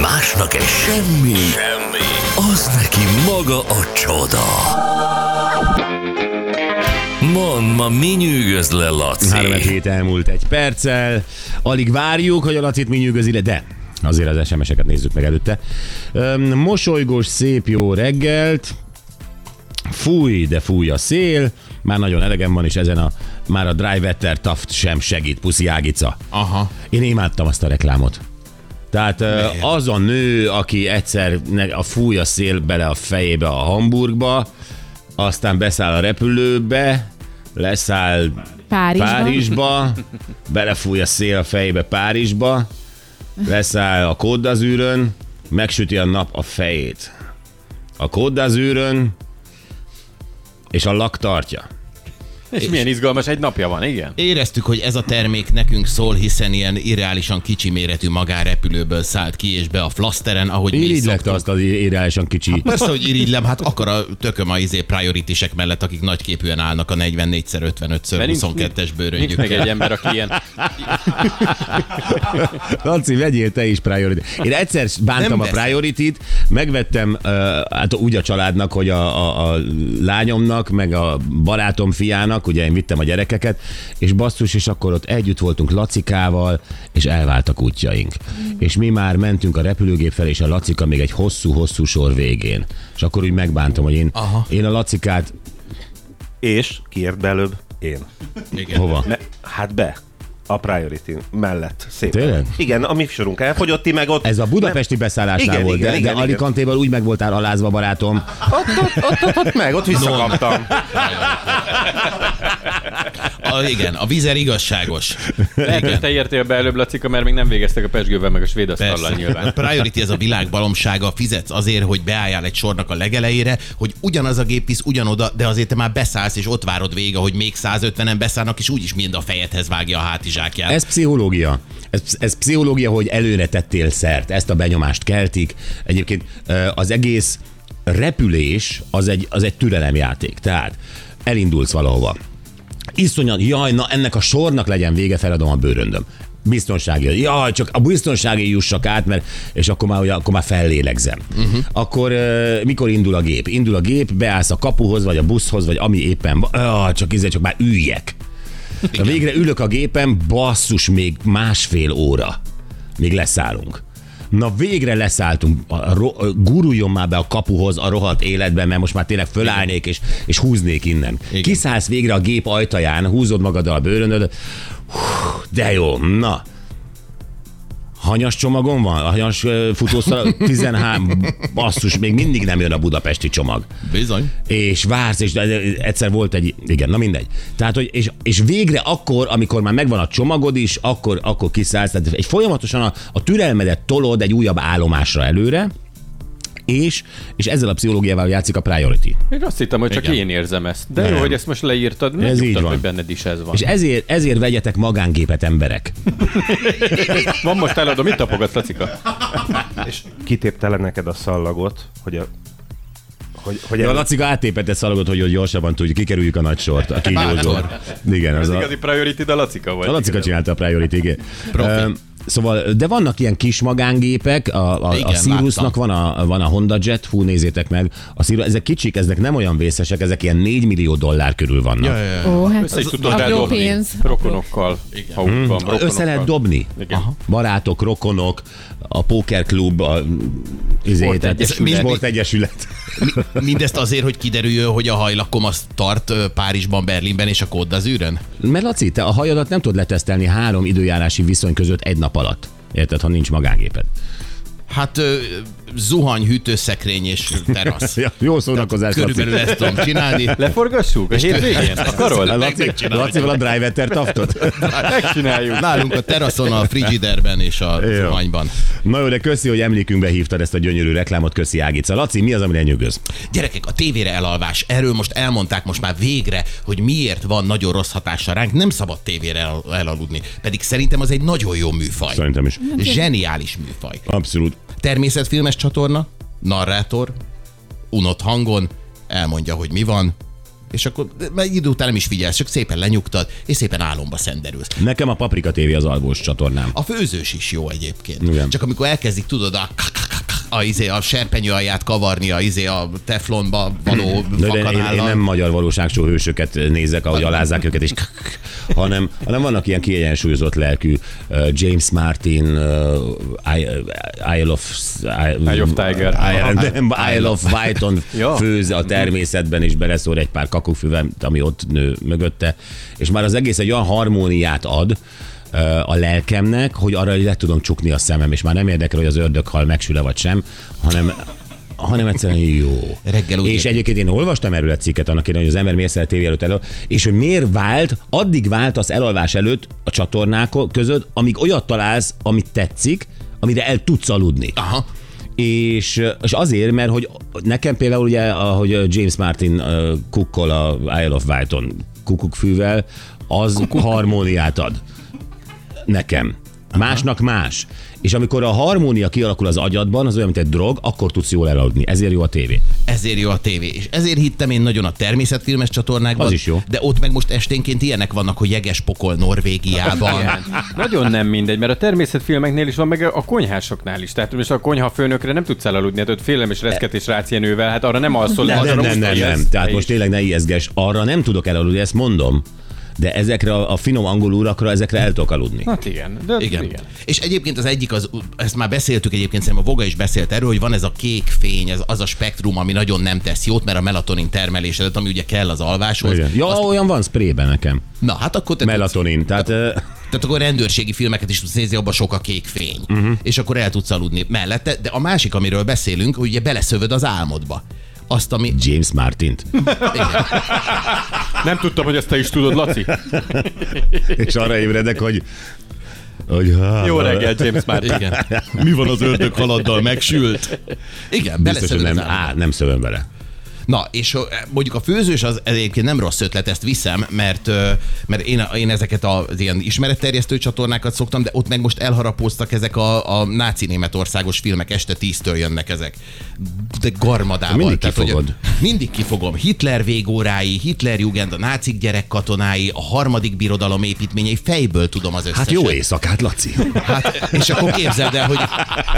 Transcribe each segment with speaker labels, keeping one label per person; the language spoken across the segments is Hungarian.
Speaker 1: Másnak egy semmi, semmi, az neki maga a csoda. Mond, ma mi nyűgöz le, Laci?
Speaker 2: 3 hét elmúlt egy perccel. Alig várjuk, hogy a Lacit mi nyűgözi le, de azért az SMS-eket nézzük meg előtte. Öm, Mosolygós, szép jó reggelt. Fúj, de fúj a szél. Már nagyon elegem van, és ezen a már a Drivetter Taft sem segít, puszi Ágica.
Speaker 3: Aha.
Speaker 2: Én imádtam azt a reklámot. Tehát ö, az a nő, aki egyszer ne- a fúj a szél bele a fejébe a Hamburgba, aztán beszáll a repülőbe, leszáll
Speaker 4: Párizsban.
Speaker 2: Párizsba, belefúj a szél a fejébe Párizsba, leszáll a Côte megsüti a nap a fejét. A Côte és a lak tartja.
Speaker 5: És milyen izgalmas egy napja van, igen.
Speaker 3: Éreztük, hogy ez a termék nekünk szól, hiszen ilyen irreálisan kicsi méretű magánrepülőből szállt ki és be a flaszteren, ahogy mi is
Speaker 2: Irigylek
Speaker 3: szoktuk.
Speaker 2: azt az irreálisan kicsi.
Speaker 3: Persze, hogy irigylem, hát akar a tököm a izé prioritysek mellett, akik nagyképűen állnak a 44x55x22-es
Speaker 5: Mert nincs- Nincs meg
Speaker 3: bőröngyükkel.
Speaker 5: egy ember, aki ilyen...
Speaker 2: Laci, vegyél te is priority. Én egyszer bántam
Speaker 3: Nem
Speaker 2: a
Speaker 3: veszem.
Speaker 2: priority-t, megvettem uh, hát úgy a családnak, hogy a, a, a lányomnak, meg a barátom fiának, ugye én vittem a gyerekeket, és basszus, és akkor ott együtt voltunk Lacikával, és elváltak útjaink.
Speaker 6: Mm.
Speaker 2: És mi már mentünk a repülőgép felé, és a Lacika még egy hosszú-hosszú sor végén. És akkor úgy megbántam, hogy én,
Speaker 3: Aha.
Speaker 2: én a Lacikát
Speaker 6: És kiért be előbb? Én.
Speaker 3: Igen.
Speaker 2: hova?
Speaker 6: Ne, hát be. A priority mellett. Szépen.
Speaker 2: Tényleg?
Speaker 6: Igen, a mi sorunk elfogyott, ti meg ott.
Speaker 2: Ez a budapesti beszállásnál
Speaker 6: Igen,
Speaker 2: volt,
Speaker 6: igen,
Speaker 2: de,
Speaker 6: igen,
Speaker 2: de
Speaker 6: igen.
Speaker 2: Alicantéval úgy meg voltál alázva, barátom.
Speaker 6: Ott, ott, ott, ott, ott meg, ott visszakaptam.
Speaker 3: A, igen, a vízer igazságos.
Speaker 5: Lehet, hogy te értél be előbb, Lacika, mert még nem végeztek a pesgővel, meg a svéd asztallal
Speaker 3: Persze. A
Speaker 5: nyilván.
Speaker 3: priority ez a világ balomsága, fizetsz azért, hogy beálljál egy sornak a legelejére, hogy ugyanaz a gép visz ugyanoda, de azért te már beszállsz, és ott várod vége, hogy még 150-en beszállnak, és úgyis mind a fejedhez vágja a hátizsákját.
Speaker 2: Ez pszichológia. Ez, ez pszichológia, hogy előre tettél szert. Ezt a benyomást keltik. Egyébként ö, az egész repülés az egy, az egy türelemjáték. Tehát elindulsz valahova. Iszonyan, jaj, na ennek a sornak legyen vége, feladom a bőröndöm. Biztonsági, jaj, csak a biztonsági jussak át, mert és akkor már, ugye, akkor már fellélegzem. Uh-huh. Akkor ö, mikor indul a gép? Indul a gép, beállsz a kapuhoz, vagy a buszhoz, vagy ami éppen van. Jaj, csak izé, csak már üljek. Na végre ülök a gépen, basszus, még másfél óra. Még leszállunk. Na végre leszálltunk, A- a ro- a- guruljon már be a kapuhoz a rohadt életben, mert most már tényleg fölállnék és, és húznék innen. Igen. Kiszállsz végre a gép ajtaján, húzod magaddal a bőrönöd, Hú, de jó, na. Hanyas csomagom van? A hanyas ö, futószal 13, basszus, még mindig nem jön a budapesti csomag
Speaker 3: Bizony.
Speaker 2: és vársz, és egyszer volt egy, igen, na mindegy. Tehát, hogy, és, és végre akkor, amikor már megvan a csomagod is, akkor, akkor kiszállsz, tehát egy folyamatosan a, a türelmedet tolod egy újabb állomásra előre, és, és ezzel a pszichológiával játszik a priority.
Speaker 5: Én azt hittem, hogy csak
Speaker 3: Igen.
Speaker 5: én érzem ezt. De jó, hogy ezt most leírtad. Ez
Speaker 2: így van.
Speaker 5: hogy benned is ez van.
Speaker 2: És ezért, ezért vegyetek magángépet emberek.
Speaker 5: Van most eladom, mit tapogatsz, Lacika?
Speaker 6: És kitéptele neked a szallagot, hogy a... Hogy, hogy
Speaker 2: De a
Speaker 6: el-
Speaker 2: Lacika átépette szalagot, hogy, hogy gyorsabban tudjuk, kikerüljük a nagy sort, a kígyózót. Igen, az
Speaker 5: Ez
Speaker 2: a,
Speaker 5: igazi priority, de Lacika vagy.
Speaker 2: a Lacika csinálta a priority, igen.
Speaker 3: Profi.
Speaker 2: Ö, Szóval, de vannak ilyen kis magángépek, a, a,
Speaker 3: Igen,
Speaker 2: a Siriusnak van a, van a Honda Jet, hú, nézzétek meg, a Sirius, ezek kicsik, ezek nem olyan vészesek, ezek ilyen 4 millió dollár körül vannak. Ja, ja,
Speaker 4: Ó, hát
Speaker 5: Össze is tudod
Speaker 4: apró
Speaker 5: eldobni
Speaker 4: pénz.
Speaker 5: rokonokkal, ha
Speaker 2: Hmm.
Speaker 5: úgy van,
Speaker 2: Össze lehet
Speaker 5: rokonokkal.
Speaker 2: dobni.
Speaker 5: Igen.
Speaker 2: Aha. Barátok, rokonok, a pókerklub, a izé, tehát-
Speaker 3: Sportegyesület.
Speaker 2: sportegyesület.
Speaker 3: Mindezt azért, hogy kiderüljön, hogy a hajlakom az tart ö, Párizsban, Berlinben és a kód az űrön.
Speaker 2: Mert Laci, te a hajadat nem tudod letesztelni három időjárási viszony között egy nap alatt. Érted, ha nincs magángéped.
Speaker 3: Hát ö, zuhany, hűtőszekrény és terasz.
Speaker 2: Ja, jó szórakozás, Laci.
Speaker 3: Körülbelül ezt tudom csinálni.
Speaker 5: Leforgassuk a hétvégén? Akarod?
Speaker 2: Laci, Lacival a drivetter taftot.
Speaker 5: Megcsináljuk.
Speaker 3: Nálunk a teraszon, a frigiderben és a
Speaker 2: Jó.
Speaker 3: zuhanyban.
Speaker 2: Na jó, de köszi, hogy emlékünkbe hívtad ezt a gyönyörű reklámot, köszi Ágica. Laci, mi az, ami lenyűgöz?
Speaker 3: Gyerekek, a tévére elalvás. Erről most elmondták most már végre, hogy miért van nagyon rossz hatása ránk. Nem szabad tévére el- elaludni. Pedig szerintem az egy nagyon jó műfaj.
Speaker 2: Szerintem is.
Speaker 3: Zseniális műfaj.
Speaker 2: Abszolút.
Speaker 3: Természetfilmes csatorna, narrátor, unott hangon, elmondja, hogy mi van, És akkor mert egy idő után nem is figyelsz, csak szépen lenyugtad, és szépen álomba szenderülsz.
Speaker 2: Nekem a Paprika TV az alvós csatornám.
Speaker 3: A főzős is jó egyébként.
Speaker 2: Igen.
Speaker 3: Csak amikor elkezdik, tudod, a a, izé, a serpenyő alját kavarni, a, izé, a teflonba való
Speaker 2: Hmm. De, de én, én, nem
Speaker 3: vakanállal.
Speaker 2: magyar valóságsó hősöket nézek, ahogy alázzák őket, és hanem, hanem vannak ilyen kiegyensúlyozott lelkű uh, James Martin, uh, I- uh, Isle of...
Speaker 5: Eye of Tiger.
Speaker 2: Isle, nem, Isle of Wighton
Speaker 5: Ja.
Speaker 2: főz a természetben, és beleszór egy pár kakukfüvet, ami ott nő mögötte, és már az egész egy olyan harmóniát ad, ö, a lelkemnek, hogy arra le tudom csukni a szemem, és már nem érdekel, hogy az ördög hal megsüle vagy sem, hanem, hanem egyszerűen jó.
Speaker 3: Reggel úgy
Speaker 2: és
Speaker 3: ébredsz.
Speaker 2: egyébként én olvastam erről egy cikket annak idején, hogy az ember miért szeret tévé előtt elő, és hogy miért vált, addig váltasz elalvás előtt a csatornák között, amíg olyat találsz, amit tetszik, amire el tudsz aludni.
Speaker 3: Aha.
Speaker 2: És, és azért, mert hogy nekem például ugye, ahogy James Martin ö, kukkol a Isle of Wighton kukukkfűvel, az Kukuk. harmóniát ad nekem. Másnak más. És amikor a harmónia kialakul az agyadban, az olyan, mint egy drog, akkor tudsz jól elaludni. Ezért jó a tévé.
Speaker 3: ezért jó a tévé. És ezért hittem én nagyon a természetfilmes csatornákban.
Speaker 2: Az is jó.
Speaker 3: De ott meg most esténként ilyenek vannak, hogy jeges pokol Norvégiában.
Speaker 5: Nagyon nem mindegy, mert a természetfilmeknél is van, meg a konyhásoknál is. Tehát most a konyhafőnökre nem tudsz elaludni, hát ott félelem és reszketés rácienővel, hát arra nem alszol.
Speaker 2: Nem,
Speaker 5: arra
Speaker 2: nem, nem,
Speaker 5: rosszul
Speaker 2: nem,
Speaker 5: jössz.
Speaker 2: nem. Tehát
Speaker 5: Te
Speaker 2: most
Speaker 5: is.
Speaker 2: tényleg ne ijeszges. Arra nem tudok elaludni, ezt mondom. De ezekre a, a finom angol úrakra, ezekre el tudok aludni.
Speaker 5: Hát igen, de
Speaker 3: Igen.
Speaker 5: igen.
Speaker 3: Igen. És egyébként az egyik, az, ezt már beszéltük egyébként, szerintem a Voga is beszélt erről, hogy van ez a kék fény, ez az a spektrum, ami nagyon nem tesz jót, mert a melatonin termelésedet, ami ugye kell az alváshoz.
Speaker 2: Igen. Ja,
Speaker 3: Azt,
Speaker 2: olyan van sprayben nekem.
Speaker 3: na, hát akkor te tudsz,
Speaker 2: Melatonin. Tehát... ö,
Speaker 3: tehát akkor rendőrségi filmeket is tudsz nézni, abban sok a kék fény.
Speaker 2: Mhm.
Speaker 3: Uh-huh. És akkor el tudsz aludni mellette. De a másik, amiről beszélünk, hogy ugye beleszövöd az álmodba. Azt, ami...
Speaker 2: James Martint.
Speaker 5: Nem tudtam, hogy ezt te is tudod, Laci.
Speaker 2: És arra ébredek, hogy... hogy
Speaker 5: Jó reggel, James már.
Speaker 3: Igen.
Speaker 2: Mi van az ördög haladdal
Speaker 3: Megsült. Igen,
Speaker 2: Biztos, hogy
Speaker 3: beleszövöd
Speaker 2: nem,
Speaker 3: az álmodba.
Speaker 2: á, nem szövöm vele.
Speaker 3: Na, és ö, mondjuk a főzős az egyébként nem rossz ötlet, ezt viszem, mert, ö, mert én, én ezeket az ilyen ismeretterjesztő csatornákat szoktam, de ott meg most elharapóztak ezek a, a náci németországos filmek, este tíztől jönnek ezek. De garmadával.
Speaker 2: Mindig
Speaker 3: hogy
Speaker 2: kifogod.
Speaker 3: mindig kifogom. Hitler végórái, Hitler Jugend, a nácik gyerekkatonái, a harmadik birodalom építményei, fejből tudom az összeset.
Speaker 2: Hát jó éjszakát, Laci.
Speaker 3: Hát, és akkor képzeld el, hogy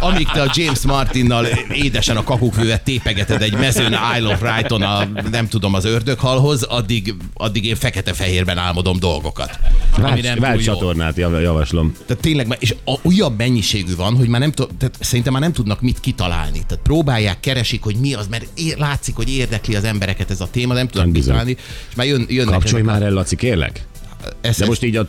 Speaker 3: amíg te a James Martinnal édesen a kakukkfővet tépegeted egy mezőn a Isle of Brighton, a, nem tudom, az ördöghalhoz, addig, addig én fekete-fehérben álmodom dolgokat. Ami nem
Speaker 2: Válts,
Speaker 3: túl
Speaker 2: válts
Speaker 3: jó.
Speaker 2: csatornát, jav- javaslom.
Speaker 3: Tehát tényleg, már- és a, olyan mennyiségű van, hogy már nem tud, tehát szerintem már nem tudnak mit kitalálni. Tehát próbálják, keresik, hogy mi az, mert ér, látszik, hogy érdekli az embereket ez a téma, nem tudnak
Speaker 2: Nem
Speaker 3: mit
Speaker 2: bizony.
Speaker 3: találni. És már jön, jönnek
Speaker 2: Kapcsolj
Speaker 3: ezek a-
Speaker 2: már el, Laci, kérlek.
Speaker 3: ez,
Speaker 2: De most így a...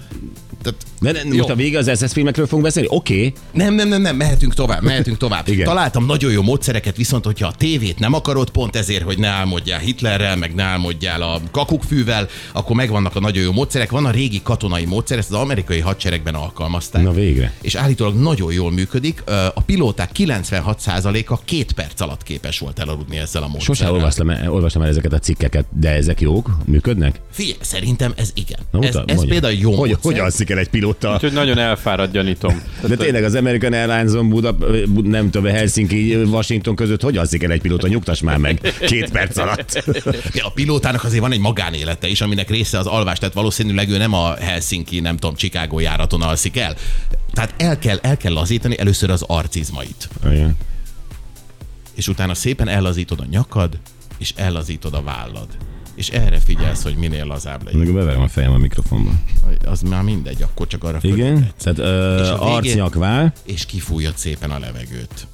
Speaker 3: tehát,
Speaker 2: De ne,
Speaker 3: Jó.
Speaker 2: most a vége az SS filmekről fogunk beszélni? Oké. Okay.
Speaker 3: Nem, nem, nem, nem, mehetünk tovább, mehetünk tovább.
Speaker 2: Igen.
Speaker 3: Találtam nagyon jó módszereket, viszont hogyha a tévét nem akarod, pont ezért, hogy ne álmodjál Hitlerrel, meg ne álmodjál a kakukkfűvel, akkor megvannak a nagyon jó módszerek. Van a régi katonai módszer, ezt az amerikai hadseregben alkalmazták.
Speaker 2: Na végre.
Speaker 3: És állítólag nagyon jól működik. Ö, A pilóták 96%-a két perc alatt képes volt elaludni ezzel a módszerrel.
Speaker 2: Sose olvastam, el- olvastam el ezeket a cikkeket, de ezek jók? Működnek?
Speaker 3: Figyelj, szerintem ez igen.
Speaker 2: Na,
Speaker 3: ez
Speaker 2: mutasd,
Speaker 3: ez
Speaker 2: mondjad.
Speaker 3: például jó
Speaker 2: Hogy,
Speaker 3: módszer.
Speaker 2: hogy alszik el egy pilóta?
Speaker 5: Úgyhogy nagyon elfáradt, gyanítom.
Speaker 2: De tényleg az American Airlines-on Buda, Bud- nem tudom, Helsinki, Washington között hogy alszik el egy pilóta? Nyugtass már meg két perc alatt.
Speaker 3: Ja, A pilótának azért van egy magánélete is, aminek része az alvás, tehát valószínűleg ő nem a Helsinki, nem tudom, Chicago járaton alszik el. Tehát el kell, el kell lazítani először az arcizmait,
Speaker 2: Igen.
Speaker 3: és utána szépen ellazítod a nyakad, és ellazítod a vállad. És erre figyelsz, hogy minél lazább legyen.
Speaker 2: Amikor beverem a fejem a mikrofonba.
Speaker 3: Az már mindegy, akkor csak arra
Speaker 2: Hm. Igen?
Speaker 3: fölébredsz.
Speaker 2: Tehát
Speaker 3: És
Speaker 2: ö,
Speaker 3: a végén-
Speaker 2: arcnyakvál.
Speaker 3: És kifújod szépen a levegőt.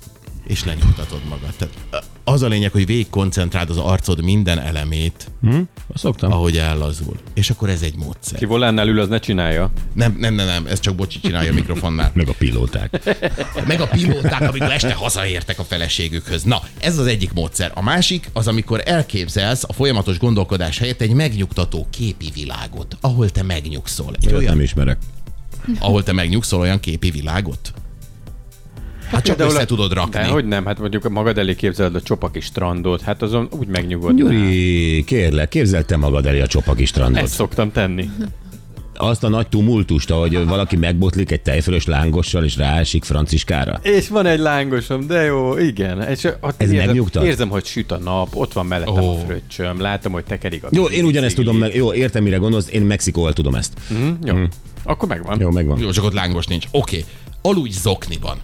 Speaker 3: És lenyugtatod magad. Tehát az a lényeg, hogy végig koncentráld az arcod minden elemét,
Speaker 2: Hm? Szoktam.
Speaker 3: ahogy ellazul. És akkor ez egy módszer.
Speaker 5: Ki volánnál ül, az ne csinálja.
Speaker 3: Nem, nem, nem, nem, ez csak Bocsi csinálja a mikrofonnál.
Speaker 2: Meg a pilóták.
Speaker 3: Meg a pilóták, amikor este hazaértek a feleségükhöz. Na, ez az egyik módszer. A másik az, amikor elképzelsz a folyamatos gondolkodás helyett egy megnyugtató képi világot, ahol te megnyugszol. Egy
Speaker 2: Olyat
Speaker 3: olyan,
Speaker 2: nem ismerek.
Speaker 3: ahol te megnyugszol olyan képi világot? Hát csak
Speaker 5: Például
Speaker 3: össze
Speaker 5: a-
Speaker 3: tudod
Speaker 5: De
Speaker 3: rakni.
Speaker 5: hogy nem, hát mondjuk magad elé képzeled a csopaki strandot, hát azon úgy megnyugodnál.
Speaker 2: Gyuri, kérlek, képzeld te magad elé a csopaki strandot.
Speaker 5: Ezt szoktam tenni.
Speaker 2: azt a nagy tumultust, ahogy valaki megbotlik egy tejfölös lángossal, és ráesik Franciskára.
Speaker 5: És van egy lángosom, de jó, igen. És ott
Speaker 2: Ez
Speaker 5: érzem,
Speaker 2: megnyugtat?
Speaker 5: érzem, hogy süt a nap, ott van mellettem oh.
Speaker 3: Ó.
Speaker 5: a fröccsöm, látom, hogy tekerik a
Speaker 2: Jó,
Speaker 5: víz,
Speaker 2: én ugyanezt
Speaker 5: szigli.
Speaker 2: tudom meg. Jó, értem, mire gondolsz, én Mexikóval tudom ezt.
Speaker 5: Hm? Jó, akkor megvan.
Speaker 2: Jó, megvan.
Speaker 3: Jó, csak ott lángos nincs. Oké, okay. aludj zokniban.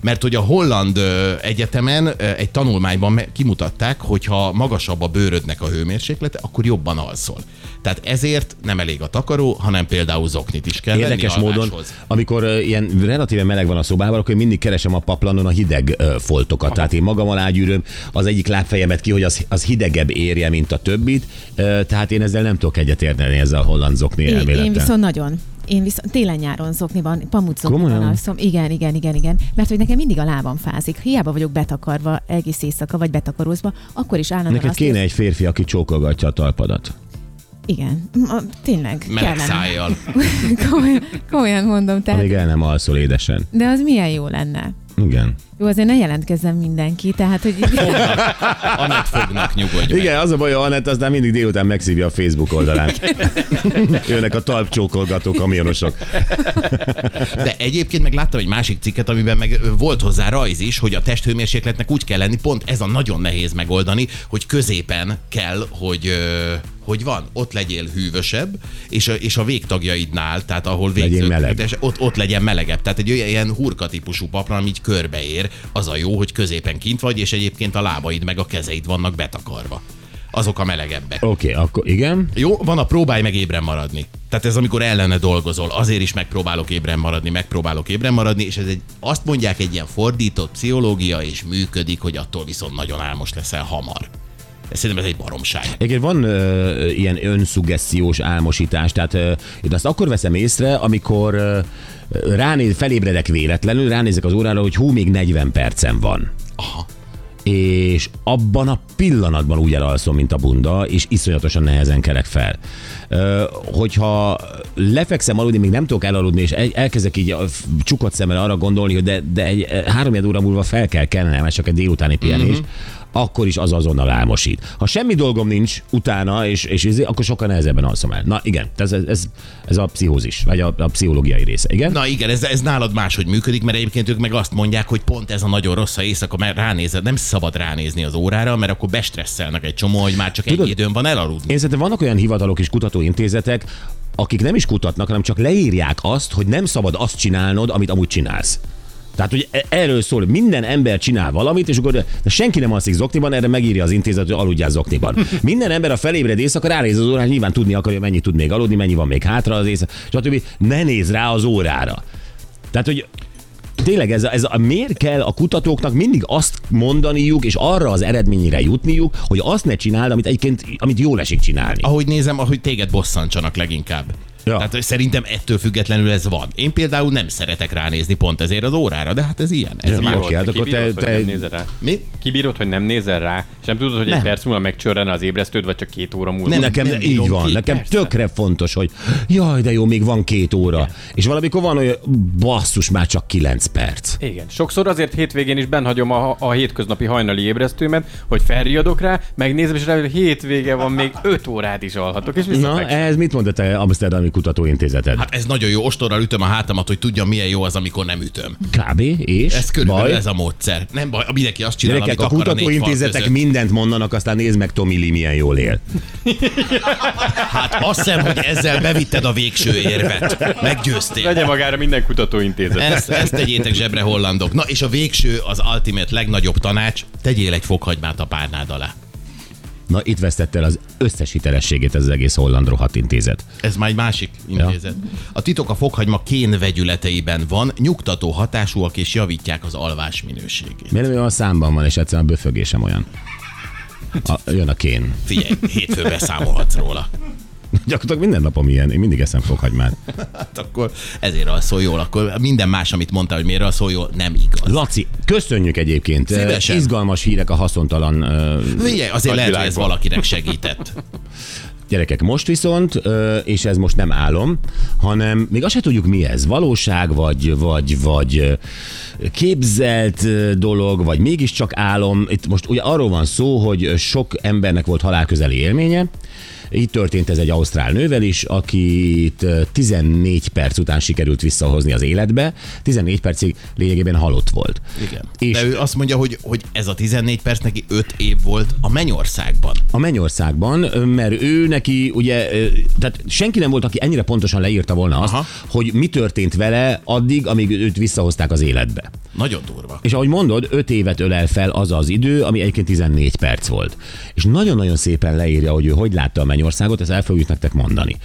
Speaker 3: Mert hogy a holland ö, egyetemen ö, egy tanulmányban me- kimutatták, hogy ha magasabb a bőrödnek a hőmérséklete, akkor jobban alszol. Tehát ezért nem elég a takaró, hanem például zoknit is kell
Speaker 2: Érdekes
Speaker 3: venni
Speaker 2: módon,
Speaker 3: alváshoz.
Speaker 2: amikor ö, ilyen relatíve meleg van a szobában, akkor én mindig keresem a paplanon a hideg ö, foltokat. Tehát én magam alá gyűröm az egyik lábfejemet ki, hogy az, az hidegebb érje, mint a többit. Ö, Tehát én ezzel nem tudok egyetérteni ezzel a holland zokni
Speaker 4: Én,
Speaker 2: elmélettel.
Speaker 4: én viszont nagyon. Én viszont télen-nyáron zokniban, pamut zokniban
Speaker 2: Komolyan?
Speaker 4: alszom. Igen, igen, igen, igen. Mert hogy nekem mindig a lábam fázik. Hiába vagyok betakarva egész éjszaka, vagy betakarózva, akkor is állandóan
Speaker 2: Neked
Speaker 4: azt
Speaker 2: kéne egy férfi, aki csókolgatja a talpadat.
Speaker 4: Igen, M- a- tényleg.
Speaker 3: Meleg
Speaker 4: kellene.
Speaker 3: szájjal.
Speaker 4: komolyan, komolyan mondom, tehát.
Speaker 2: Amíg el nem alszol édesen.
Speaker 4: De az milyen jó lenne.
Speaker 2: Igen.
Speaker 4: Jó, azért ne jelentkezzen mindenki, tehát, hogy
Speaker 3: Annak fognak, nyugodj meg.
Speaker 2: Igen, az a baj, hogy Anett aztán mindig délután megszívja a Facebook oldalán. Jönnek a talpcsókolgató kamionosok.
Speaker 3: De egyébként meg láttam egy másik cikket, amiben meg volt hozzá rajz is, hogy a testhőmérsékletnek úgy kell lenni, pont ez a nagyon nehéz megoldani, hogy középen kell, hogy ö, hogy van, ott legyél hűvösebb, és a, és a végtagjaidnál, tehát ahol végződik,
Speaker 2: meleg.
Speaker 3: de ott, ott legyen melegebb. Tehát egy olyan ilyen hurka típusú papra, ami így körbeér, az a jó, hogy középen kint vagy, és egyébként a lábaid meg a kezeid vannak betakarva. Azok a melegebbek.
Speaker 2: Oké, okay, akkor igen.
Speaker 3: Jó, van a próbálj meg ébren maradni. Tehát ez amikor ellene dolgozol, azért is megpróbálok ébren maradni, megpróbálok ébren maradni, és ez egy, azt mondják egy ilyen fordított pszichológia, és működik, hogy attól viszont nagyon álmos leszel hamar. Ez szerintem ez egy baromság.
Speaker 2: Egyébként van ö, ilyen önszugessziós álmosítás, tehát ö, én azt akkor veszem észre, amikor ö, ránéz, felébredek véletlenül, ránézek az órára, hogy hú, még 40 percem van.
Speaker 3: Aha.
Speaker 2: és abban a pillanatban úgy elalszom, mint a bunda, és iszonyatosan nehezen kerek fel. Ö, hogyha lefekszem aludni, még nem tudok elaludni, és el- elkezdek így a f- csukott szemmel arra gondolni, hogy de, de egy e, három óra múlva fel kell kellenem, ez csak egy délutáni pihenés, mm-hmm. akkor is az azonnal álmosít. Ha semmi dolgom nincs utána, és, és izé, akkor sokkal nehezebben alszom el. Na igen, ez, ez- ez, ez a pszichózis, vagy a, a pszichológiai része, igen?
Speaker 3: Na igen, ez, ez nálad máshogy működik, mert egyébként ők meg azt mondják, hogy pont ez a nagyon rossz a éjszaka, mert ránézed, nem szabad ránézni az órára, mert akkor bestresszelnek egy csomó, hogy már csak Tudod,
Speaker 2: Tudod-
Speaker 3: egy időn van elaludni.
Speaker 2: Én szerintem vannak olyan hivatalok és kutatóintézetek, akik nem is kutatnak, hanem csak leírják azt, hogy nem szabad azt csinálnod, amit amúgy csinálsz. Tehát, hogy e- erről szól, minden ember csinál valamit, és akkor de senki nem alszik zokniban, erre megírja az intézet, hogy aludjál zokniban. Minden ember a felébred éjszaka ránéz az órára, nyilván tudni akarja, mennyi tud még aludni, mennyi van még hátra az éjszaka, stb. Ne néz rá az órára. Tehát, hogy Tényleg ez, a, ez a, miért kell a kutatóknak mindig azt mondaniuk, és arra az eredményre jutniuk, hogy azt ne csináld, amit egyébként, amit jól esik csinálni.
Speaker 3: ahogy nézem, ahogy téged bosszantsanak leginkább.
Speaker 2: Ja.
Speaker 3: Ja. Tehát hogy szerintem ettől függetlenül ez van. Én például nem szeretek ránézni pont ezért az órára, de hát ez ilyen. Ez
Speaker 2: Ja.
Speaker 3: ja.
Speaker 5: Kibírod,
Speaker 2: Oké, hát akkor
Speaker 5: kibírod,
Speaker 2: te-
Speaker 5: hogy
Speaker 2: te-
Speaker 5: nem nézel rá.
Speaker 3: Mi?
Speaker 5: Kibírod, hogy nem nézel rá, és nem tudod, hogy nem. egy perc múlva megcsörren az ébresztőd, vagy csak két óra múlva.
Speaker 2: Nem, nekem
Speaker 3: nem
Speaker 2: nem így
Speaker 3: bírom
Speaker 2: van, ki,
Speaker 3: ki,
Speaker 2: nekem persze.
Speaker 5: persze.
Speaker 2: tökre fontos, hogy jaj, de jó, még van két óra. Igen. És valamikor van olyan, basszus, már csak kilenc perc.
Speaker 5: Igen. Sokszor azért hétvégén is benhagyom a, a hétköznapi hajnali ébresztőmet, hogy felriadok rá, megnézem, és rá, hogy hétvége van, még 5 órát is alhatok, és
Speaker 2: Na, e-
Speaker 5: visszafekszem.
Speaker 2: ehhez mit mondott a Amsterdami Kutatóintézeted? Hát,
Speaker 3: Hát ez nagyon jó, ostorral ütöm a hátamat, hogy tudjam milyen jó az, amikor nem ütöm.
Speaker 2: Kb. és?
Speaker 3: Ez körülbelül
Speaker 2: Baj?
Speaker 3: ez a módszer. Nem baj, mindenki azt csinál,
Speaker 2: Gyerekek,
Speaker 3: amit
Speaker 2: a
Speaker 3: akar a négy fal
Speaker 2: kutatóintézetek
Speaker 3: között.
Speaker 2: mindent mondanak, aztán nézd meg Tomi Lee milyen jól él.
Speaker 3: Hát azt hiszem, hogy ezzel bevitted a végső érvet. Meggyőztél.
Speaker 5: Vegye magára minden kutatóintézet.
Speaker 3: Ezt, ezt tegyétek zsebre hollandok. Na és a végső, az ultimate legnagyobb tanács, tegyél egy fokhagymát a párnád alá.
Speaker 2: Na, itt vesztette el az összes hitelességét ez az egész holland rohadt intézet.
Speaker 3: Ez már egy másik intézet. Ja. A titok a fokhagyma kénvegyületeiben van, nyugtató hatásúak és javítják az alvás minőségét.
Speaker 2: Miért nem olyan számban van, és egyszerűen a böfögésem olyan? A, jön a kén.
Speaker 3: Figyelj, hétfőn beszámolhatsz róla.
Speaker 2: Gyakorlatilag minden napom ilyen, én mindig eszem fokhagymát.
Speaker 3: Hát akkor ezért alszol jól, akkor minden más, amit mondtál, hogy miért alszol jól, nem igaz.
Speaker 2: Laci, köszönjük egyébként.
Speaker 3: Szívesen.
Speaker 2: Eh, Izgalmas hírek a haszontalan eh,
Speaker 3: Figyelj, azért lehet, hogy ez
Speaker 5: világban.
Speaker 3: valakinek segített.
Speaker 2: gyerekek. Most viszont, eh, és ez most nem álom, hanem még azt se tudjuk mi ez. Valóság, vagy, vagy, vagy eh, képzelt eh, dolog, vagy mégiscsak álom. Itt most ugye arról van szó, hogy sok embernek volt halálközeli élménye, Így történt ez egy ausztrál nővel is, akit ö, 14 perc után sikerült visszahozni az életbe. 14 percig lényegében halott volt.
Speaker 3: Igen.
Speaker 2: És-
Speaker 3: És De ő azt mondja, hogy, hogy ez a 14 perc neki 5 év volt a Mennyországban.
Speaker 2: a Mennyországban, ö, mert ő neki ugye, ö, tehát senki nem volt, aki ennyire pontosan leírta volna azt, Aha.
Speaker 3: Aha.
Speaker 2: hogy mi történt vele addig, amíg őt visszahozták az életbe.
Speaker 3: Nagyon durva.
Speaker 2: És ahogy mondod, 5 évet ölel fel az az idő, ami egyébként 14 perc volt. És nagyon-nagyon szépen leírja, hogy ő hogy látta a Mennyországot, ezt el fogjuk nektek mondani.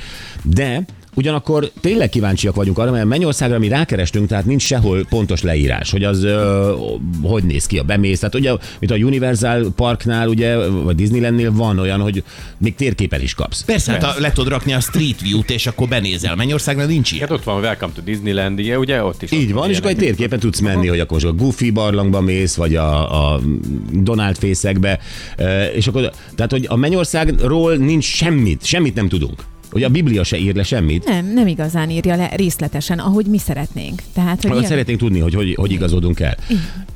Speaker 2: De Ugyanakkor tényleg kíváncsiak vagyunk arra, mert Mennyországra mi rákerestünk, tehát nincs sehol pontos leírás, hogy az ö, hogy néz ki a bemész. Tehát ugye, mint a Universal Parknál, ugye, vagy Disneylandnél van olyan, hogy még térképen is kapsz.
Speaker 3: Persze, hát a- le tudod rakni a Street View-t, és akkor benézel. Mennyországra nincs ilyen.
Speaker 5: Hát ott van Welcome to Disneyland, ugye, ugye ott is. ott
Speaker 2: Így van, és akkor egy
Speaker 5: ilyenek.
Speaker 2: térképen tudsz menni, hogy akkor most a Goofy barlangba mész, vagy a, a Donald fészekbe, e, és akkor, tehát, hogy a Mennyországról nincs semmit, semmit nem tudunk. Ugye a Biblia se ír le semmit,
Speaker 4: Nem, nem igazán írja le részletesen, ahogy mi szeretnénk. Tehát, hogy
Speaker 2: hogy
Speaker 4: ilyen-
Speaker 2: szeretnénk tudni, hogy hogy, hogy igazodunk el.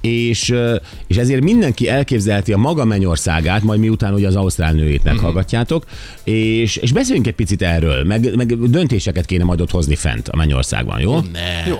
Speaker 2: És, e, és ezért mindenki elképzelheti a maga mennyországát, majd miután ugye az ausztrál nőjét meghallgatjátok, és, és beszéljünk egy picit erről, meg, meg döntéseket kéne majd ott hozni fent a mennyországban, jó?
Speaker 3: Ne.
Speaker 5: Jó.